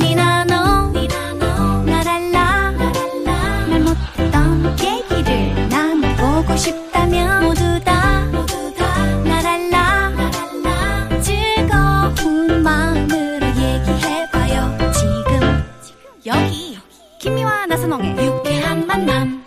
니나노 나랄라 말 못했던 얘기를 나눠보고 싶다면 모두 다 나랄라 즐거운 마음으로 얘기해봐요 지금 여기 김미와 나선홍의 유쾌한 만남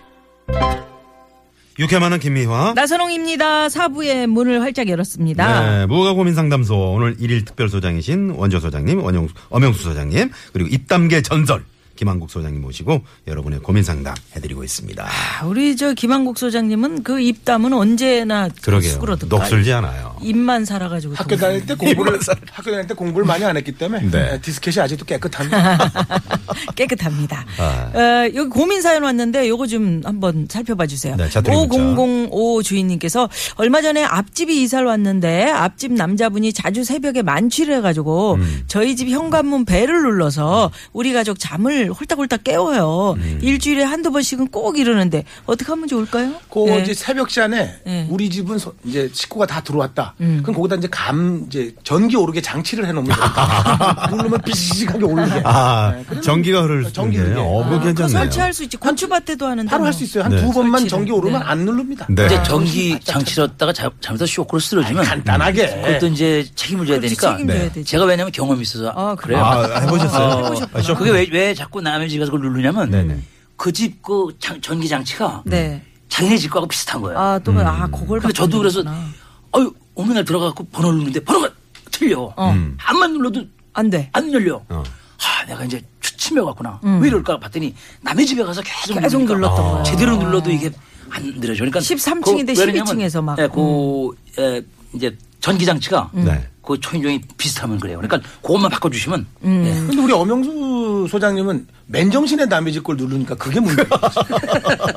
유쾌만한 김미화. 나선홍입니다. 사부의 문을 활짝 열었습니다. 네, 무허가 고민 상담소 오늘 일일 특별 소장이신 원조 소장님, 원영 엄영수 소장님 그리고 입담계 전설 김한국 소장님 모시고 여러분의 고민 상담 해드리고 있습니다. 아, 우리 저 김한국 소장님은 그 입담은 언제나 그러게요. 수그러든가 녹슬지 않아요. 입만 살아가지고 학교 다닐 때 공부를 학교 다닐 때 공부를 많이 안 했기 때문에 네. 디스켓이 아직도 깨끗합니다. 깨끗합니다. 아. 어, 여기 고민 사연 왔는데 요거 좀 한번 살펴봐 주세요. 네, 자투리 문자. 5005 주인님께서 얼마 전에 앞집이 이사를 왔는데 앞집 남자분이 자주 새벽에 만취를 해가지고 음. 저희 집 현관문 배를 눌러서 우리 가족 잠을 홀딱홀딱 깨워요. 음. 일주일에 한두 번씩은 꼭 이러는데 어떻게 하면 좋을까요? 그 네. 이제 새벽 시간에 네. 우리 집은 소- 이제 식구가 다 들어왔다. 그럼 거기다 이제 감 이제 전기 오르게 장치를 해놓으면 됩니다. 누르면 비시시하게 오르게. 아, 네, 그러면 전기가 흐를 수 전기 있는. 흐르게. 어, 그거 아, 그거 괜찮네요. 설치할 수 있지. 고추밭에도 하는데. 바로 뭐. 할 수 있어요. 한 두 네. 번만 설치를. 전기 오르면 네. 안 누릅니다. 네. 이제 아, 전기 정신 장치 바짝 렀다가 잠에서 쇼크를 쓰러지면 음, 간단하게. 그것도 이제 책임을 져야 그렇지, 되니까 책임져야 되지. 제가 왜냐면 경험이 있어서 아, 그래요? 그래요. 네. 아, 해보셨어요? 어, 아, 쇼- 그게 왜, 왜 자꾸 남의 집 가서 그걸 누르냐면 네네. 그 집 그 전기 장치가 네. 자기네 집 거하고 비슷한 거예요. 아, 또, 아, 그걸. 근데 저도 바꾸는구나. 그래서 어유 어느 날 들어가고 번호 누르는데 번호가 틀려. 어. 음. 암만 눌러도 안 돼. 안 열려. 어. 아, 내가 이제 추침해 왔구나. 왜 이럴까 봤더니 남의 집에 가서 계속, 음. 계속 누르니까 눌렀던 거예요. 제대로 눌러도 이게 안 늘어져. 그러니까 13층 인데 그 왜냐면, 12층 에서 막. 음. 예, 그 예, 이제 전기 장치가 네. 그 초인종이 비슷하면 그래요. 그러니까 그것만 바꿔 주시면 음. 예. 근데 우리 엄영수 소장님은 맨정신에 남의 집 걸 누르니까 그게 문제예요.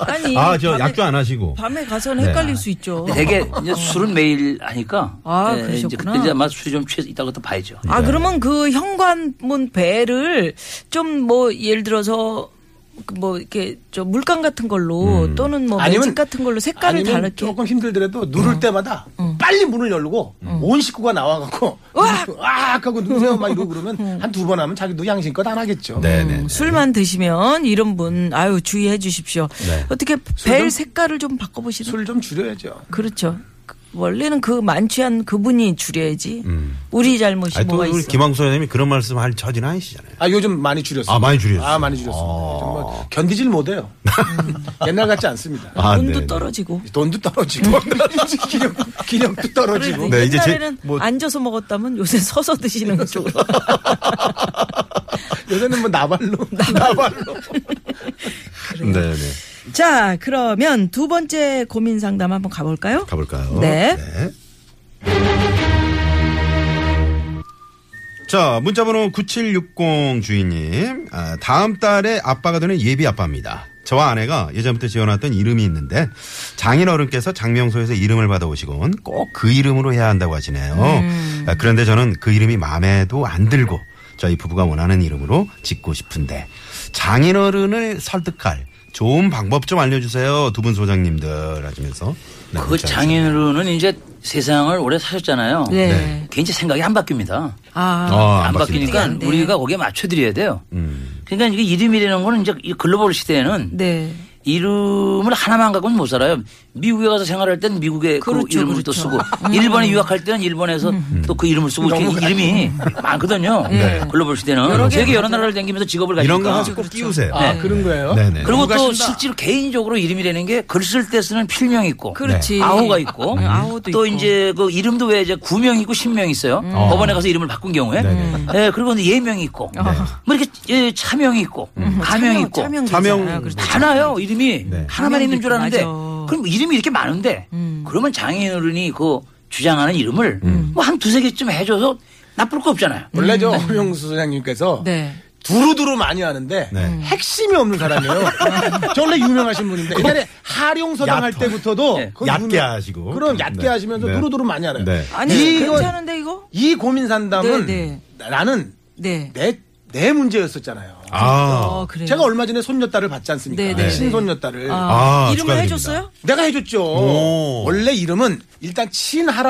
아니. 아, 저 밤에- 약주 안 하시고. 밤에 가서는 네. 헷갈릴 수 있죠. 되게 이제 술은 매일 하니까 예, 아, 이제 그러셨구나. 그때 이제 아마 술이 좀 취해서 있다고 또 봐야죠. 아, 그러면 그 현관문 배를 좀 뭐 예를 들어서 그뭐 이렇게 저 물감 같은 걸로 또는 뭐 매직 같은 걸로 색깔을 아니면 다르게 음. 조금 힘들더라도 누를 때마다 빨리 문을 열고 온 식구가 나와갖고 와 하고 누세요 막 이러고 그러면 음. 한 두 번 하면 자기도 양심껏 안 하겠죠. 네네. 술만 드시면 이런 분 아유 주의해 주십시오. 네. 어떻게 벨 색깔을 좀 바꿔 보시는 술 좀 줄여야죠. 그렇죠. 그- 원래는 그 만취한 그분이 줄여야지. 우리 잘못이 음. 아니, 또 뭐가 우리 있어. 김한국 소장님이 그런 말씀 할 처지는 아니시잖아요. 아 요즘 많이 줄였어요. 아, 많이 줄였어요? 아 많이 줄였습니다. 요즘 뭐 견디질 못해요. 옛날 같지 않습니다. 아, 돈도 네네. 떨어지고. 돈도 음. 떨어지고 기념 기념도 떨어지고. 네, 이제 제- 옛날에는 뭐- 앉아서 먹었다면 요새 서서 드시는 쪽으로. 요새는 뭐 나발로 나발로. 네네. 자, 그러면 두 번째 고민 상담 한번 가볼까요? 가볼까요? 네. 자, 문자번호 9760 주인님. 아, 다음 달에 아빠가 되는 예비 아빠입니다. 저와 아내가 예전부터 지어놨던 이름이 있는데 장인어른께서 장명소에서 이름을 받아오시곤 꼭 그 이름으로 해야 한다고 하시네요. 음. 아, 그런데 저는 그 이름이 마음에도 안 들고 저희 부부가 원하는 이름으로 짓고 싶은데 장인어른을 설득할 좋은 방법 좀 알려주세요. 두 분 소장님들 하시면서. 네, 그 문자 장인으로는 이제 세상을 오래 사셨잖아요. 네. 네. 괜히 생각이 안 바뀝니다. 아, 어, 안 맞습니다. 음. 바뀌니까 네. 우리가 거기에 맞춰드려야 돼요. 그러니까 이게 이름이라는 거는 이제 이 글로벌 시대에는 네. 이름을 하나만 갖고는 못 살아요. 미국에 가서 생활할 때는 미국의 그 그렇죠, 이름을 또 그렇죠. 음. 쓰고 일본에 유학할 때는 일본에서 또 그 이름을 쓰고 이렇게 이름이 많거든요. 네. 글로벌 시대는 세계 여러 나라를 다니면서 직업을 가니까 이런 거 가지고 꼭 끼우세요. 아 그런 거예요. 네네. 그리고 누가 또 신다. 실제로 개인적으로 이름이라는 게 글 쓸 때 쓰는 필명이 있고 네. 그렇지. 아호가 있고 음, 아호도 또 있고. 음. 이제 그 이름도 왜 이제 구명 있고 신명 있어요. 어. 법원에 가서 이름을 바꾼 경우에 네네. 네. 예, 그리고 이제 예명이 있고 뭐 이렇게 예, 뭐 차명이 있고 뭐 가명이 있고 차명, 차명- 되잖아요. 그렇죠. 많아요 이름이 음. 네. 하나만 있는 줄 아는데 맞아. 음. 그럼 이름이 이렇게 많은데 그러면 장인어른이 그 주장하는 이름을 음. 뭐 한 두세 개쯤 해줘서 나쁠 거 없잖아요. 원래 저 홍영수 소장님께서 음. 네. 두루두루 많이 하는데 네. 핵심이 없는 사람이에요. 저 원래 유명하신 분인데 옛날에 하룡서당 할 얕어. 때부터도 네. 그 얕게 유명- 하시고. 그럼 얕게 네. 하시면서 네. 두루두루 많이 하아요 네. 아니, 이거 괜찮은데 이거? 이 고민 상담은 네, 나는 네. 내 내 문제였었잖아요. 아, 어, 그래요. 제가 얼마 전에 손녀딸을 받지 않습니까? 네, 네. 신손녀딸을. 아, 이름을 축하드립니다. 해줬어요? 내가 해줬죠. 오. 원래 이름은 일단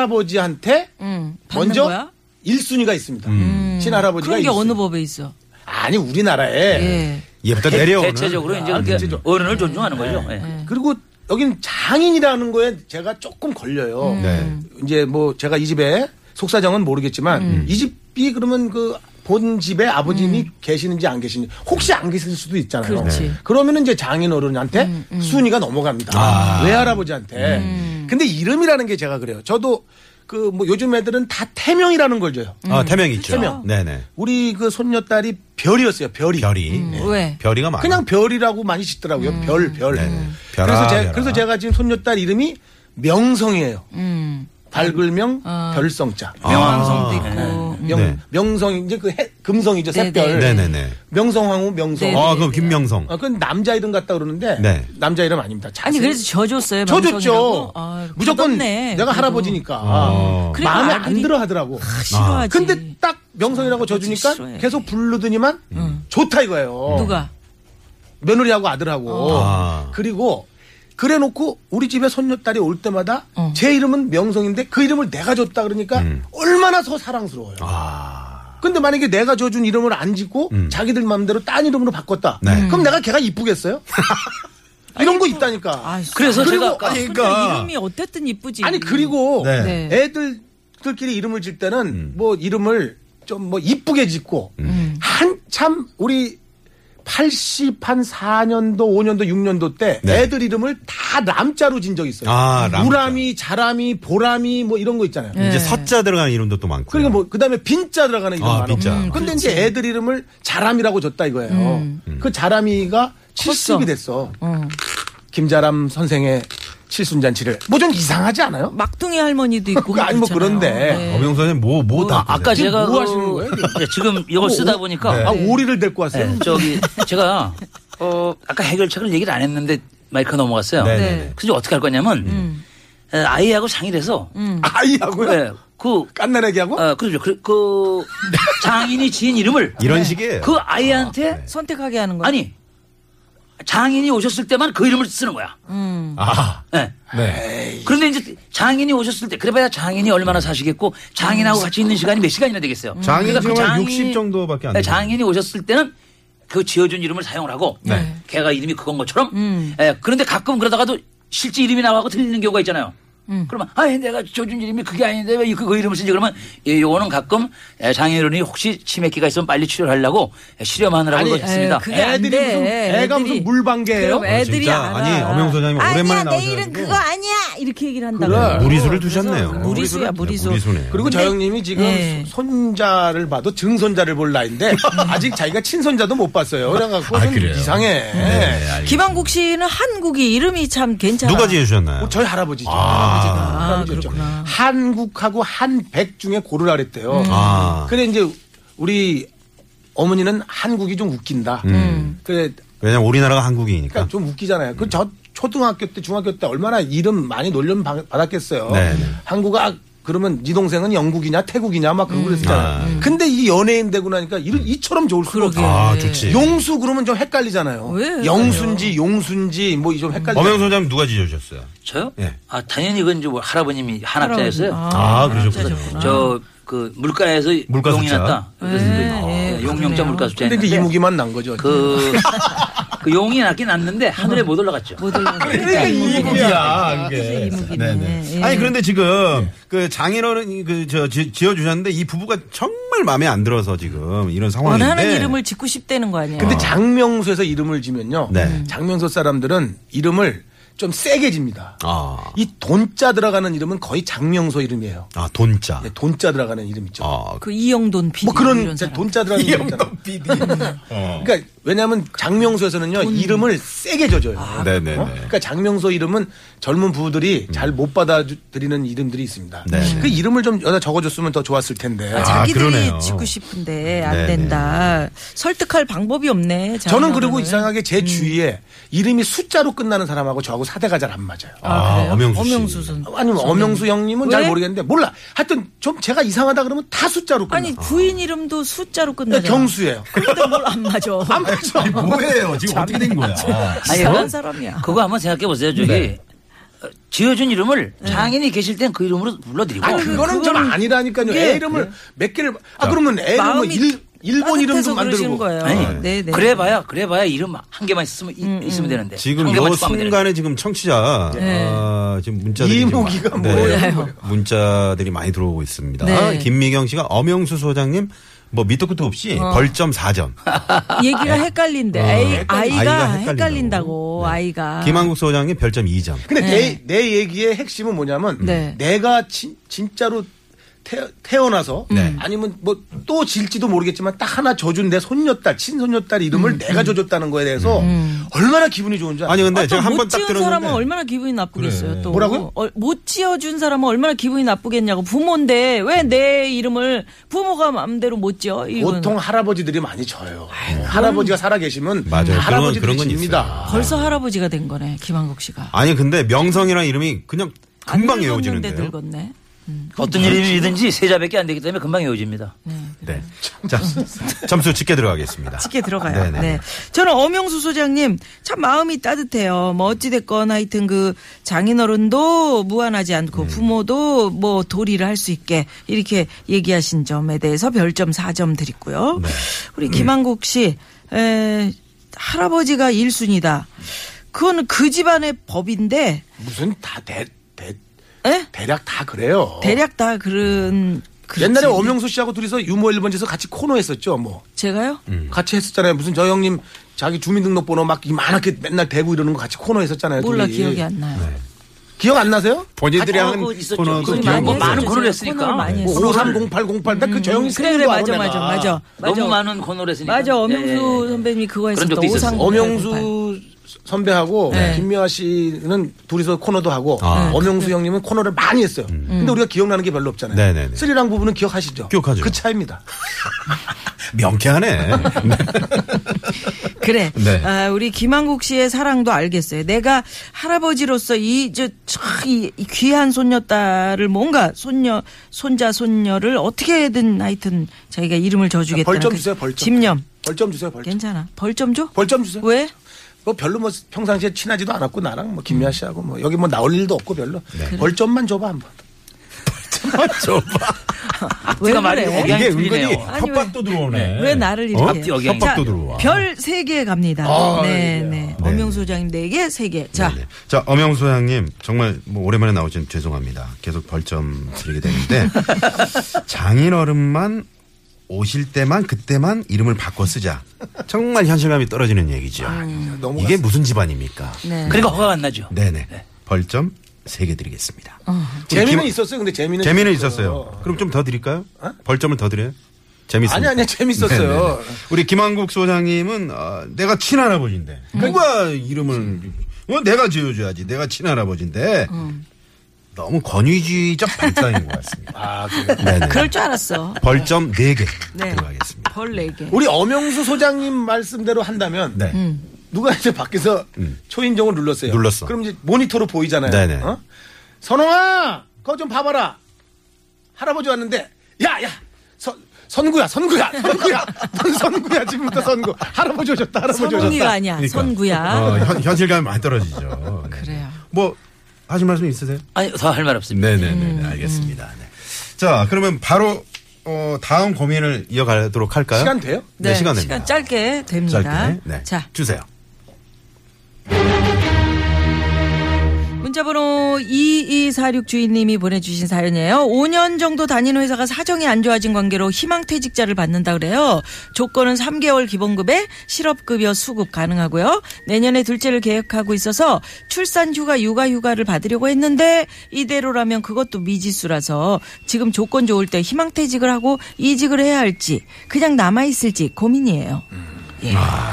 친할아버지한테 응. 음, 받는 먼저 거야? 1순위가 있습니다. 음. 친할아버지가 그런 게 어느 일순위. 법에 있어? 아니 우리나라에 네. 예. 얘부터 내려오는. 대체적으로 이제 아, 그렇게 대체적으로. 어른을 존중하는 거죠. 예. 네. 그리고 여긴 장인이라는 거에 제가 조금 걸려요. 음. 네. 이제 뭐 제가 이 집에 속사정은 모르겠지만 음. 이 집이 그러면 그 본 집에 아버님이 계시는지 안 계시는지 혹시 안 계실 수도 있잖아요. 그렇지. 음, 네. 그러면 이제 장인 어른한테 순위가 넘어갑니다. 외할아버지한테. 음. 근데 이름이라는 게 제가 그래요. 저도 그 뭐 요즘 애들은 다 태명이라는 걸 줘요. 아, 태명 있죠. 태명. 네네. 우리 그 손녀딸이 별이었어요. 별이. 별이. 네. 왜? 별이가 많아. 그냥 별이라고 많이 짓더라고요. 음. 별, 별. 네, 네. 별아, 그래서, 제, 별아. 그래서 제가 지금 손녀딸 이름이 명성이에요. 음. 발글명 어. 별성자. 명왕성도 있고. 명, 아, 네. 명성, 이제 그 해- 금성이죠. 네, 샛별. 네. 네네네. 명성황후 명성. 네, 아, 네, 그럼 김명성. 아, 그건 남자 이름 같다 그러는데 네. 남자 이름 아닙니다. 아니 자세히. 그래서 져줬어요. 저 명성이라고? 줬죠. 아, 무조건 덧없네, 내가 그래도. 할아버지니까 어. 그래도 마음에 안 아들이- 들어 하더라고. 아, 싫어하지. 근데 딱 명성이라고 아버지 져주니까 싫어해. 계속 부르더니만 좋다 이거예요. 누가? 며느리하고 아들하고 아. 그리고 그래놓고 우리 집에 손녀딸이 올 때마다 제 이름은 명성인데 그 이름을 내가 줬다 그러니까 음. 얼마나 더 사랑스러워요. 아. 근데 만약에 내가 줘준 이름을 안 짓고 자기들 마음대로 딴 이름으로 바꿨다. 네. 그럼 내가 걔가 이쁘겠어요? 이런 거 있다니까. 아, 진짜. 그래서 그리고- 제가 아까 아니, 근데 그러니까. 이름이 어쨌든 이쁘지. 아니 그리고 네. 네. 애들들끼리 이름을 질 때는 음. 뭐 이름을 좀 뭐 이쁘게 짓고 한참 우리 80, 한 4년도, 5년도, 6년도 때 네. 애들 이름을 다 남자로 진 적이 있어요. 아, 람자. 우람이, 자람이, 보람이 뭐 이런 거 있잖아요. 이제 서자 들어가는 이름도 또 많고. 그러니까 뭐 그다음에 빈자 들어가는 이름 아, 많아. 빈자. 음, 근데 이제 애들 이름을 자람이라고 줬다 이거예요. 그 자람이가 70이 됐어. 김자람 선생의 칠순잔치를. 뭐 좀 이상하지 않아요? 막둥이 할머니도 있고 그거 아니 뭐 그렇잖아요. 그런데. 네. 어명선생 뭐, 뭐다. 아까 지금 제가 뭐 그- 하시는 거예요, 지금? 네, 지금 이걸 쓰다 보니까 아, 오리를 데리고 왔어요? 네, 저기 제가 어 아까 해결책을 얘기를 안 했는데 마이크 넘어갔어요. 네, 네, 네. 그래서 어떻게 할 거냐면 음. 에, 아이하고 상의를 해서 아이하고요? 네, 그 깐나라기하고? 어, 그렇죠. 그, 그 장인이 지은 이름을 이런 식이에요. 그 아이한테 네. 선택하게 하는 거야. 아니 장인이 오셨을 때만 그 이름을 쓰는 거야. 아, 네. 네. 그런데 이제 장인이 오셨을 때 그래봐야 장인이 얼마나 사시겠고 장인하고 같이 있는 시간이 몇 시간이나 되겠어요. 음. 장인 그러니까 지금 한 장인이- 60 정도밖에 안 네, 되죠. 장인이 오셨을 때는 그 지어준 이름을 사용을 하고 네. 걔가 이름이 그건 것처럼 예, 그런데 가끔 그러다가도 실제 이름이 나와고 틀리는 경우가 있잖아요. 그러면 아 내가 지어준 이름이 그게 아닌데 왜 그, 그 이름을 쓰지 그러면 예, 요거는 가끔 예, 장인어른이 혹시 치매기가 있으면 빨리 치료하려고 를 실험하느라고 아니, 예, 했습니다. 예, 그게 안 애들이 돼. 무슨, 애가 애들이. 무슨 물방개예요? 그럼 애들이 진짜. 알아. 아니, 엄영선생님 오랜만에 아니야, 내 나오셔가지고. 일은 그거 아니야. 이렇게 얘기를 한다고. 어. 그래. 네. 무리수를 두셨네요. 네. 무리수야, 무리수. 무리수네. 그리고 저 형님이 지금 네. 소- 손자를 봐도 증손자를 볼 나인데 아직 자기가 친손자도 못 봤어요. 아, 네, 그래갖고 좀 그래요? 이상해. 김한국 씨는 한국이 이름이 참 괜찮아. 누가 지어주셨나요? 뭐 저희 할아버지죠. 할아버지죠. 한국하고 한백 중에 고르라 그랬대요. 아. 음. 그래 이제 우리 어머니는 한국이 좀 웃긴다. 그래 왜냐면 우리나라가 한국이니까. 그러니까 좀 웃기잖아요. 그 저 초등학교 때 중학교 때 얼마나 이름 많이 놀림 받- 받았겠어요. 네네. 한국아 그러면 네 동생은 영국이냐 태국이냐 막 그러고 그랬잖아요. 근데 이 연예인 되고 나니까 이런 이처럼 좋을 수가 없어. 아, 좋지. 용수 그러면 좀 헷갈리잖아요. 왜? 영순지 용순지 뭐 좀 헷갈려. 엄영선생님 누가 지어주셨어요? 저요? 예. 아 당연히 이건 이제 할아버님이 한학자였어요. 아, 네. 그러셨군요. 그렇죠. 저 그 물가에서 물가 용이 숫자. 났다. 그래서 이제 아, 예, 용영자 물가 숫자. 근데 이제 이무기만 난 거죠. 그, 그 용이 낮긴 났는데 하늘에 못 올라갔죠. 못 올라. 그러니까 이목이야. 그게. 네네. 아니 그런데 지금 그 장인어른 그저 지어 주셨는데 이 부부가 정말 마음에 안 들어서 지금 이런 상황인데. 원하는 이름을 짓고 싶다는 거 아니야. 근데 장명수에서 이름을 지면요. 네. 장명수 사람들은 이름을 좀 세게 집니다. 아, 이 돈자 들어가는 이름은 거의 장명수 이름이에요. 아 돈자. 네, 돈자 들어가는 이름 있죠. 아, 그 이영돈 PD 뭐 이런 그런 사람. 돈자들한 이름이잖아요. 그러니까 왜냐하면 장명수에서는요 이름을 세게 져줘요. 네네네. 음. 어? 그러니까 장명수 이름은 젊은 부부들이 잘 못 받아들이는 이름들이 있습니다. 네네. 그 이름을 좀 여자 적어줬으면 더 좋았을 텐데. 아, 자기들이 그러네요. 짓고 싶은데 안 네네. 된다. 설득할 방법이 없네. 저는 그리고 장인어른은. 이상하게 제 주위에 이름이 숫자로 끝나는 사람하고 저하고 사대가 잘 안 맞아요. 아, 그래요? 엄영수 씨. 선. 아니면 뭐 엄영수 형님은 왜? 잘 모르겠는데 몰라. 하여튼 좀 제가 이상하다 그러면 다 숫자로 끝나. 아니 부인 이름도 숫자로 끝나. 경수예요. 맞아요. 그런데 뭘 안 맞아. 안 맞죠. 아니, 뭐예요? 지금 어떻게 된 거야? 아니, 이상한 그건- 사람이야. 그거 한번 생각해 보세요. 저기 네. 어, 지어준 이름을 장인이 계실 땐 그 이름으로 불러드리고. 어, 아, 그거는 좀 아니라니까요. 애 이름을 몇 개를. 아, 그러면 애 이름 뭐 네. 마음이 일, 일본 따뜻해서 이름도 그러시는 만들고. 거예요. 아니, 네, 네. 그래봐야 그래봐야 이름 한 개만 있으면 이- 있으면 되는데. 지금 한 개만 요 쭉 하면 되는데. 순간에 지금 청취자 아, 지금 문자들이 이모기가 지금 뭐예요? 문자들이 많이 들어오고 있습니다. 네. 김미경 씨가 엄영수 소장님 뭐 밑도 끝도 없이 벌점 4점. 얘기가 헷갈린대. 에이, 아이가, 아이가 헷갈린다고. 헷갈린다고, 네. 아이가. 김한국 소장님 별점 2점. 근데 내, 내 얘기의 핵심은 뭐냐면 네. 내가 진, 진짜로 태, 어나서 네. 아니면 뭐 또 질지도 모르겠지만 딱 하나 져준 내 손녀딸 친손녀딸 이름을 음. 내가 져줬다는 거에 대해서 얼마나 기분이 좋은지 아니 아세요? 근데 아, 또 네, 제가 한 못 번 딱 지은 들었는데 사람은 얼마나 기분이 나쁘겠어요. 그래. 또 뭐라고요? 어, 못 지어준 사람은 얼마나 기분이 나쁘겠냐고. 부모인데 왜 내 이름을 부모가 마음대로 못 지어? 이건 보통 할아버지들이 많이 져요 네. 할아버지가 살아계시면 맞아요. 그런 건- 그런 할아버지들이 건 집니다 벌써 할아버지가 된 거네. 김한국 씨가. 아니 근데 명성이라는 이름이 그냥 안 금방 늙었는데 외워지는데요. 늙었네. 어떤 음. 이름이든지 세자밖에 안 되기 때문에 금방 외워집니다. 네. 자, 점수 집게 들어가겠습니다. 쉽게 들어가요. 네네. 네. 저는 엄영수 소장님 참 마음이 따뜻해요. 뭐 어찌됐건 하여튼 그 장인어른도 무한하지 않고 네. 부모도 뭐 도리를 할 수 있게 이렇게 얘기하신 점에 대해서 별점 4점 드리고요. 네. 우리 김한국 씨, 에, 할아버지가 1순위다. 그거는 그 집안의 법인데, 무슨 다 대, 대, 에? 대략 다 그래요 대략 다 그런, 그렇지. 옛날에 엄영수 씨하고 둘이서 유머 1번지에서 같이 코너 했었죠 뭐 제가요? 같이 했었잖아요. 무슨 저 형님 자기 주민등록번호 막 이만하게 맨날 대고 이러는 거 같이 코너 했었잖아요. 몰라 둘이. 기억이 안 나요. 기억 안 나세요? 본인들이 아, 한 그거 있었죠. 코너 그거 그 많이 기억 뭐 많은 했었죠. 코너를 제가 했으니까. 코너를 많이 뭐 했어요. 530808 딱 그 저 형님 음, 그래, 그래, 맞아, 맞아, 맞아. 너무 맞아. 많은 코너를 했으니까. 맞아 엄영수 예, 예. 선배님이 그거 그런 했었던 적도 있었어. 오상 엄영수 네, 선배하고 김미화 씨는 둘이서 코너도 하고 아. 네, 엄영수 형님은 코너를 많이 했어요. 음. 근데 우리가 기억나는 게 별로 없잖아요. 네네네. 스리랑 부분은 기억하시죠? 기억하죠. 그 차입니다. 명쾌하네. 그래 네. 아, 우리 김한국 씨의 사랑도 알겠어요 내가 할아버지로서 이저이 귀한 손녀딸을 뭔가 손녀 손자 손녀를 어떻게든 하여튼 자기가 이름을 져주겠다는 아, 벌점 그 주세요. 벌점. 집념 벌점 주세요. 벌점. 괜찮아 벌점 줘 벌점 주세요. 왜? 뭐 별로 뭐 평상시에 친하지도 않았고 나랑 뭐 김미아 씨하고 뭐 여기 뭐 나올 일도 없고 별로 네. 네. 벌점만 줘봐 한번. 왜 앞뒤가 말이 그래? 이게 틀리네요. 아니, 협박도 들어오네. 왜 나를 이렇게 앞뒤 어깨 자, 협박도 들어와. 아, 별 3개 갑니다. 네, 네. 네. 엄영수 소장님 4개, 3개. 자, 네네. 자, 엄영수 소장님 정말 뭐 오랜만에 나오진 죄송합니다. 계속 벌점 드리게 되는데 장인어른만 오실 때만 그때만 이름을 바꿔 쓰자. 정말 현실감이 떨어지는 얘기죠. 음. 아, 너무 이게 무슨 집안입니까? 네. 그러니까 허가가 안 나죠. 네네. 벌점 세 개 드리겠습니다. 우리 재미는 김- 있었어요. 근데 재미는 재미는 있었어요. 그럼 좀 더 드릴까요? 벌점을 더 드려요? 재밌어요. 아니, 아니, 재밌었어요. 우리 김한국 소장님은 어, 내가 친할아버지인데 누가 이름을 어, 내가 지어줘야지. 내가 친할아버지인데 너무 권위주의적 발상인 것 같습니다. 아, 그래요? 네네. 그럴 줄 알았어. 벌점 네 개 네. 들어가겠습니다. 벌 4개. 우리 엄영수 소장님 말씀대로 한다면 네. 음. 음. 누가 이제 밖에서 초인종을 눌렀어요. 눌렀어. 그럼 이제 모니터로 보이잖아요. 네네. 어? 선홍아, 그거 좀 봐봐라. 할아버지 왔는데, 야, 야, 선, 선구야, 선구야, 선구야, 넌 선구야, 지금부터 선구. 할아버지 오셨다, 할아버지 선홍이가 오셨다. 아니야. 그러니까. 선구야. 어, 현, 현실감이 많이 떨어지죠. 네. 그래요. 뭐 하실 말씀 있으세요? 아니 더 할 말 없습니다. 네네네 알겠습니다. 네. 자 그러면 바로 어, 다음 고민을 이어가도록 할까요? 시간 돼요? 네, 시간 됩니다. 짧게 됩니다. 짧게. 네. 자, 주세요. 문자번호 2246 주인님이 보내주신 사연이에요. 5년 정도 다니는 회사가 사정이 안 좋아진 관계로 희망퇴직자를 받는다 그래요. 조건은 3개월 기본급에 실업급여 수급 가능하고요. 내년에 둘째를 계획하고 있어서 출산휴가, 육아휴가를 받으려고 했는데 이대로라면 그것도 미지수라서 지금 조건 좋을 때 희망퇴직을 하고 이직을 해야 할지 그냥 남아있을지 고민이에요.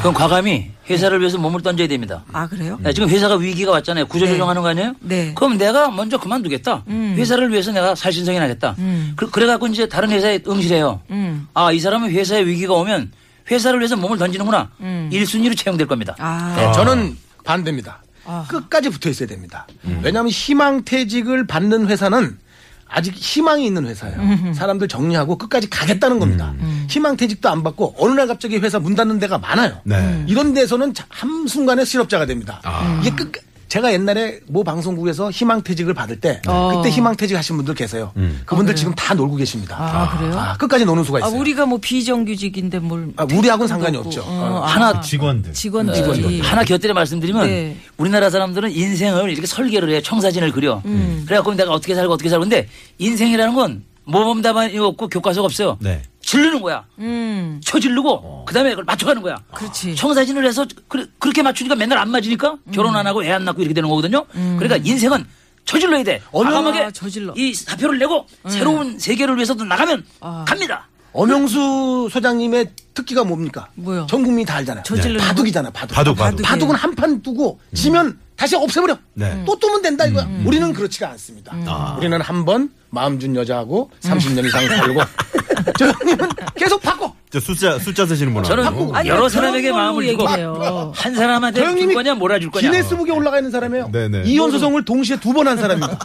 그럼 과감히 회사를 위해서 몸을 던져야 됩니다. 아 그래요? 네, 지금 회사가 위기가 왔잖아요. 구조조정하는 거 아니에요? 네. 음. 그럼 내가 먼저 그만두겠다. 회사를 위해서 내가 살신성인하겠다. 그, 래갖고 이제 다른 회사에 응시해요. 음. 아 이 사람은 회사에 위기가 오면 회사를 위해서 몸을 던지는구나. 일순위로 채용될 겁니다. 음. 아. 음. 네, 저는 반대입니다. 끝까지 붙어 있어야 됩니다. 왜냐하면 희망퇴직을 음. 받는 회사는 아직 희망이 있는 회사예요. 사람들 정리하고 끝까지 가겠다는 겁니다. 희망퇴직도 안 받고 어느 날 갑자기 회사 문 닫는 데가 많아요. 네. 음. 이런 데서는 자- 한순간에 실업자가 됩니다. 아. 이게 끝 제가 옛날에 모 방송국에서 희망퇴직을 받을 때 어. 음. 그때 희망퇴직 하신 분들 계세요. 그분들 지금 다 놀고 계십니다. 아, 그래요? 아, 끝까지 노는 수가 아, 있어요. 우리가 뭐 비정규직인데 뭘. 아, 우리하고는 상관이 없고. 없죠. 어, 어. 하나 직원들. 직원들이. 어, 음. 하나 곁들여 말씀드리면 네. 우리나라 사람들은 인생을 이렇게 설계를 해요. 청사진을 그려. 음. 그래갖고 내가 어떻게 살고 어떻게 살고 근데 인생이라는 건 모범답안이 없고 교과서가 없어요. 네. 질르는 거야. 음, 쳐질르고 그다음에 그걸 맞춰가는 거야. 그렇지. 음. 청사진을 해서 그, 렇게 맞추니까 맨날 안 맞으니까 결혼 안 하고 애 안 낳고 이렇게 되는 거거든요. 그러니까 인생은 저질러야 돼. 어느- 과감하게 아, 저질러. 음. 이 사표를 내고 새로운 세계를 위해서도 나가면 아. 갑니다. 엄영수 소장님의 특기가 뭡니까? 뭐요? 전 국민이 다 알잖아요. 네. 저질르는 거? 바둑이잖아, 바둑. 바둑, 바둑. 바둑은 한 판 두고 지면 다시 없애버려. 네. 음. 또 뜨면 된다 이거야. 우리는 그렇지가 않습니다. 아. 우리는 한 번 마음 준 여자하고 30년 이상 살고 저 형님은 계속 바꿔. 저 숫자 숫자 쓰시는 분 저는 아니고. 아니, 여러 그런 사람에게 걸로 마음을 주고 얘기해요. 한 사람한테 저 형님이 줄 거냐 몰아줄 거냐. 기네스북에 올라가 있는 사람이에요. 네네. 이혼 소송을 동시에 두 번 한 사람입니다.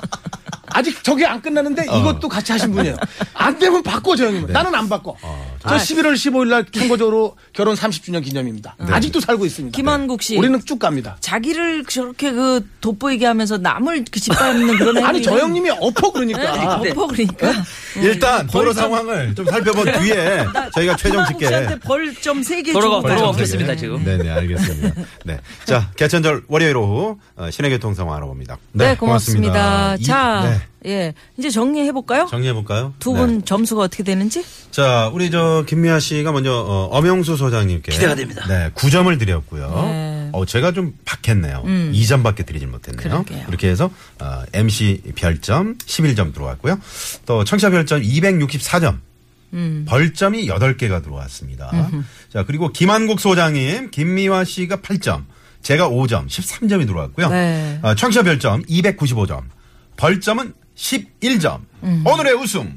아직 저게 안 끝나는데 이것도 같이 하신 분이에요. 안 되면 바꿔 저 형님은. 나는 안 바꿔. 저 11월 15일 날 참고적으로 결혼 30주년 기념입니다. 아직도 살고 있습니다. 김한국 씨. 우리는 쭉 갑니다. 자기를 저렇게 그 돋보이게 하면서 남을 그 짓밟는 네, 그런 행위. 아니 저 형님이 엎어 그러니까. 엎어 그러니까. 일단 도로 상황을 좀 살펴본 뒤에 저희가 최종 김한국 집계. 씨한테 벌점 세개 도로가- 주고 도로가 가자. 없- 없겠습니다, 지금. 네네 알겠습니다. 네. 자 개천절 월요일 오후 어, 시내 교통 상황 알아봅니다. 네, 고맙습니다. 이- 자, 네. 예. 이제 정리해 볼까요? 정리해 볼까요? 네. 두 분 점수가 어떻게 되는지? 자, 우리 저 김미아 씨가 먼저 어, 엄영수 소장님께 기대가 됩니다. 네, 9점을 드렸고요. 네. 음. 어, 제가 좀 박했네요. 2점밖에 드리진 못했네요. 그러게요. 이렇게 해서 어, MC 별점 11점 들어왔고요. 또 청취자 별점 264점. 음. 벌점이 8개가 들어왔습니다. 자, 그리고 김한국 소장님, 김미화 씨가 8점, 제가 5점, 13점이 들어왔고요. 네. 어, 청취자 별점 295점, 벌점은 11점. 음. 오늘의 우승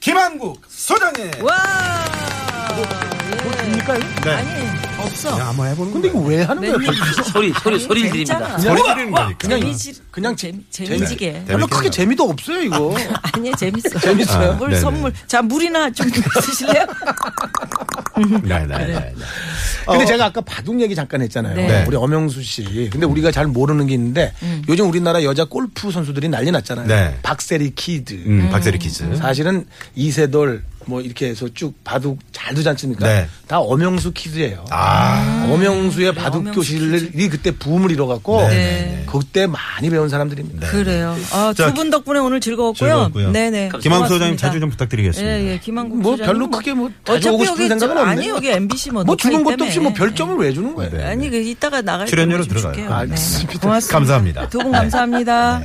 김한국 소장님. 와! 그러니까 네. 아니, 없어. 그냥 한번 해보는 근데 이거 왜 하는 거야? 네, 맨날 소리 소리 소리를 드립니다. 괜찮아. 소리 지르는 거니까. 그냥 재미지, 그냥 재미, 재미- 재미지게. 네. 별로 크게 재미도 없어요 이거. 아니요, 재밌어. 재밌어요? 물 네네. 선물. 자, 물이나 좀 드실래요? 네, 네, 네, 네. 근데 제가 아까 바둑 얘기 잠깐 했잖아요. 어. 네. 음. 우리 엄영수 씨. 근데 우리가 잘 모르는 게 있는데 요즘 우리나라 여자 골프 선수들이 난리 났잖아요. 네. 박세리 키드. 음, 박세리 키즈. 사실은 이세돌 뭐 이렇게 해서 쭉 바둑 잘 두지 않습니까? 네. 다 엄영수 키즈예요. 아. 네, 엄영수의 바둑 엄영수 교실이 그때 붐을 일어갖고 네, 네, 네. 그때 많이 배운 사람들입니다. 네. 그래요. 아, 자, 두 분 덕분에 오늘 즐거웠고요. 즐거웠고요. 네네. 김한국 소장님 고맙습니다. 자주 좀 부탁드리겠습니다. 예, 예, 김한국 뭐 소장님 별로 크게 뭐 자주 오고 싶은 어차피 여기 생각은 저- 없네요. 아니 여기 MBC 뭐 뭐 녹화 주는 것도 있다며. 없이 뭐 별점을 왜 주는 거예요? 네. 예. 아니 그 이따가 나갈 출연료로 때좀 들어가요. 줄게요. 아, 알겠습니다. 네. 고맙습니다. 감사합니다. 두 분 네. 감사합니다.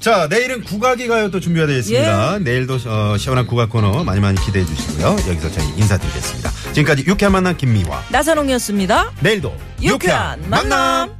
자, 내일은 국악이 가요 또 준비가 되어 있습니다. 예. 내일도 어, 시원한 국악 코너 많이 많이 기대해 주시고요. 여기서 저희 인사드리겠습니다. 지금까지 유쾌한 만남 김미화. 나선홍이었습니다. 내일도 유쾌한 만남.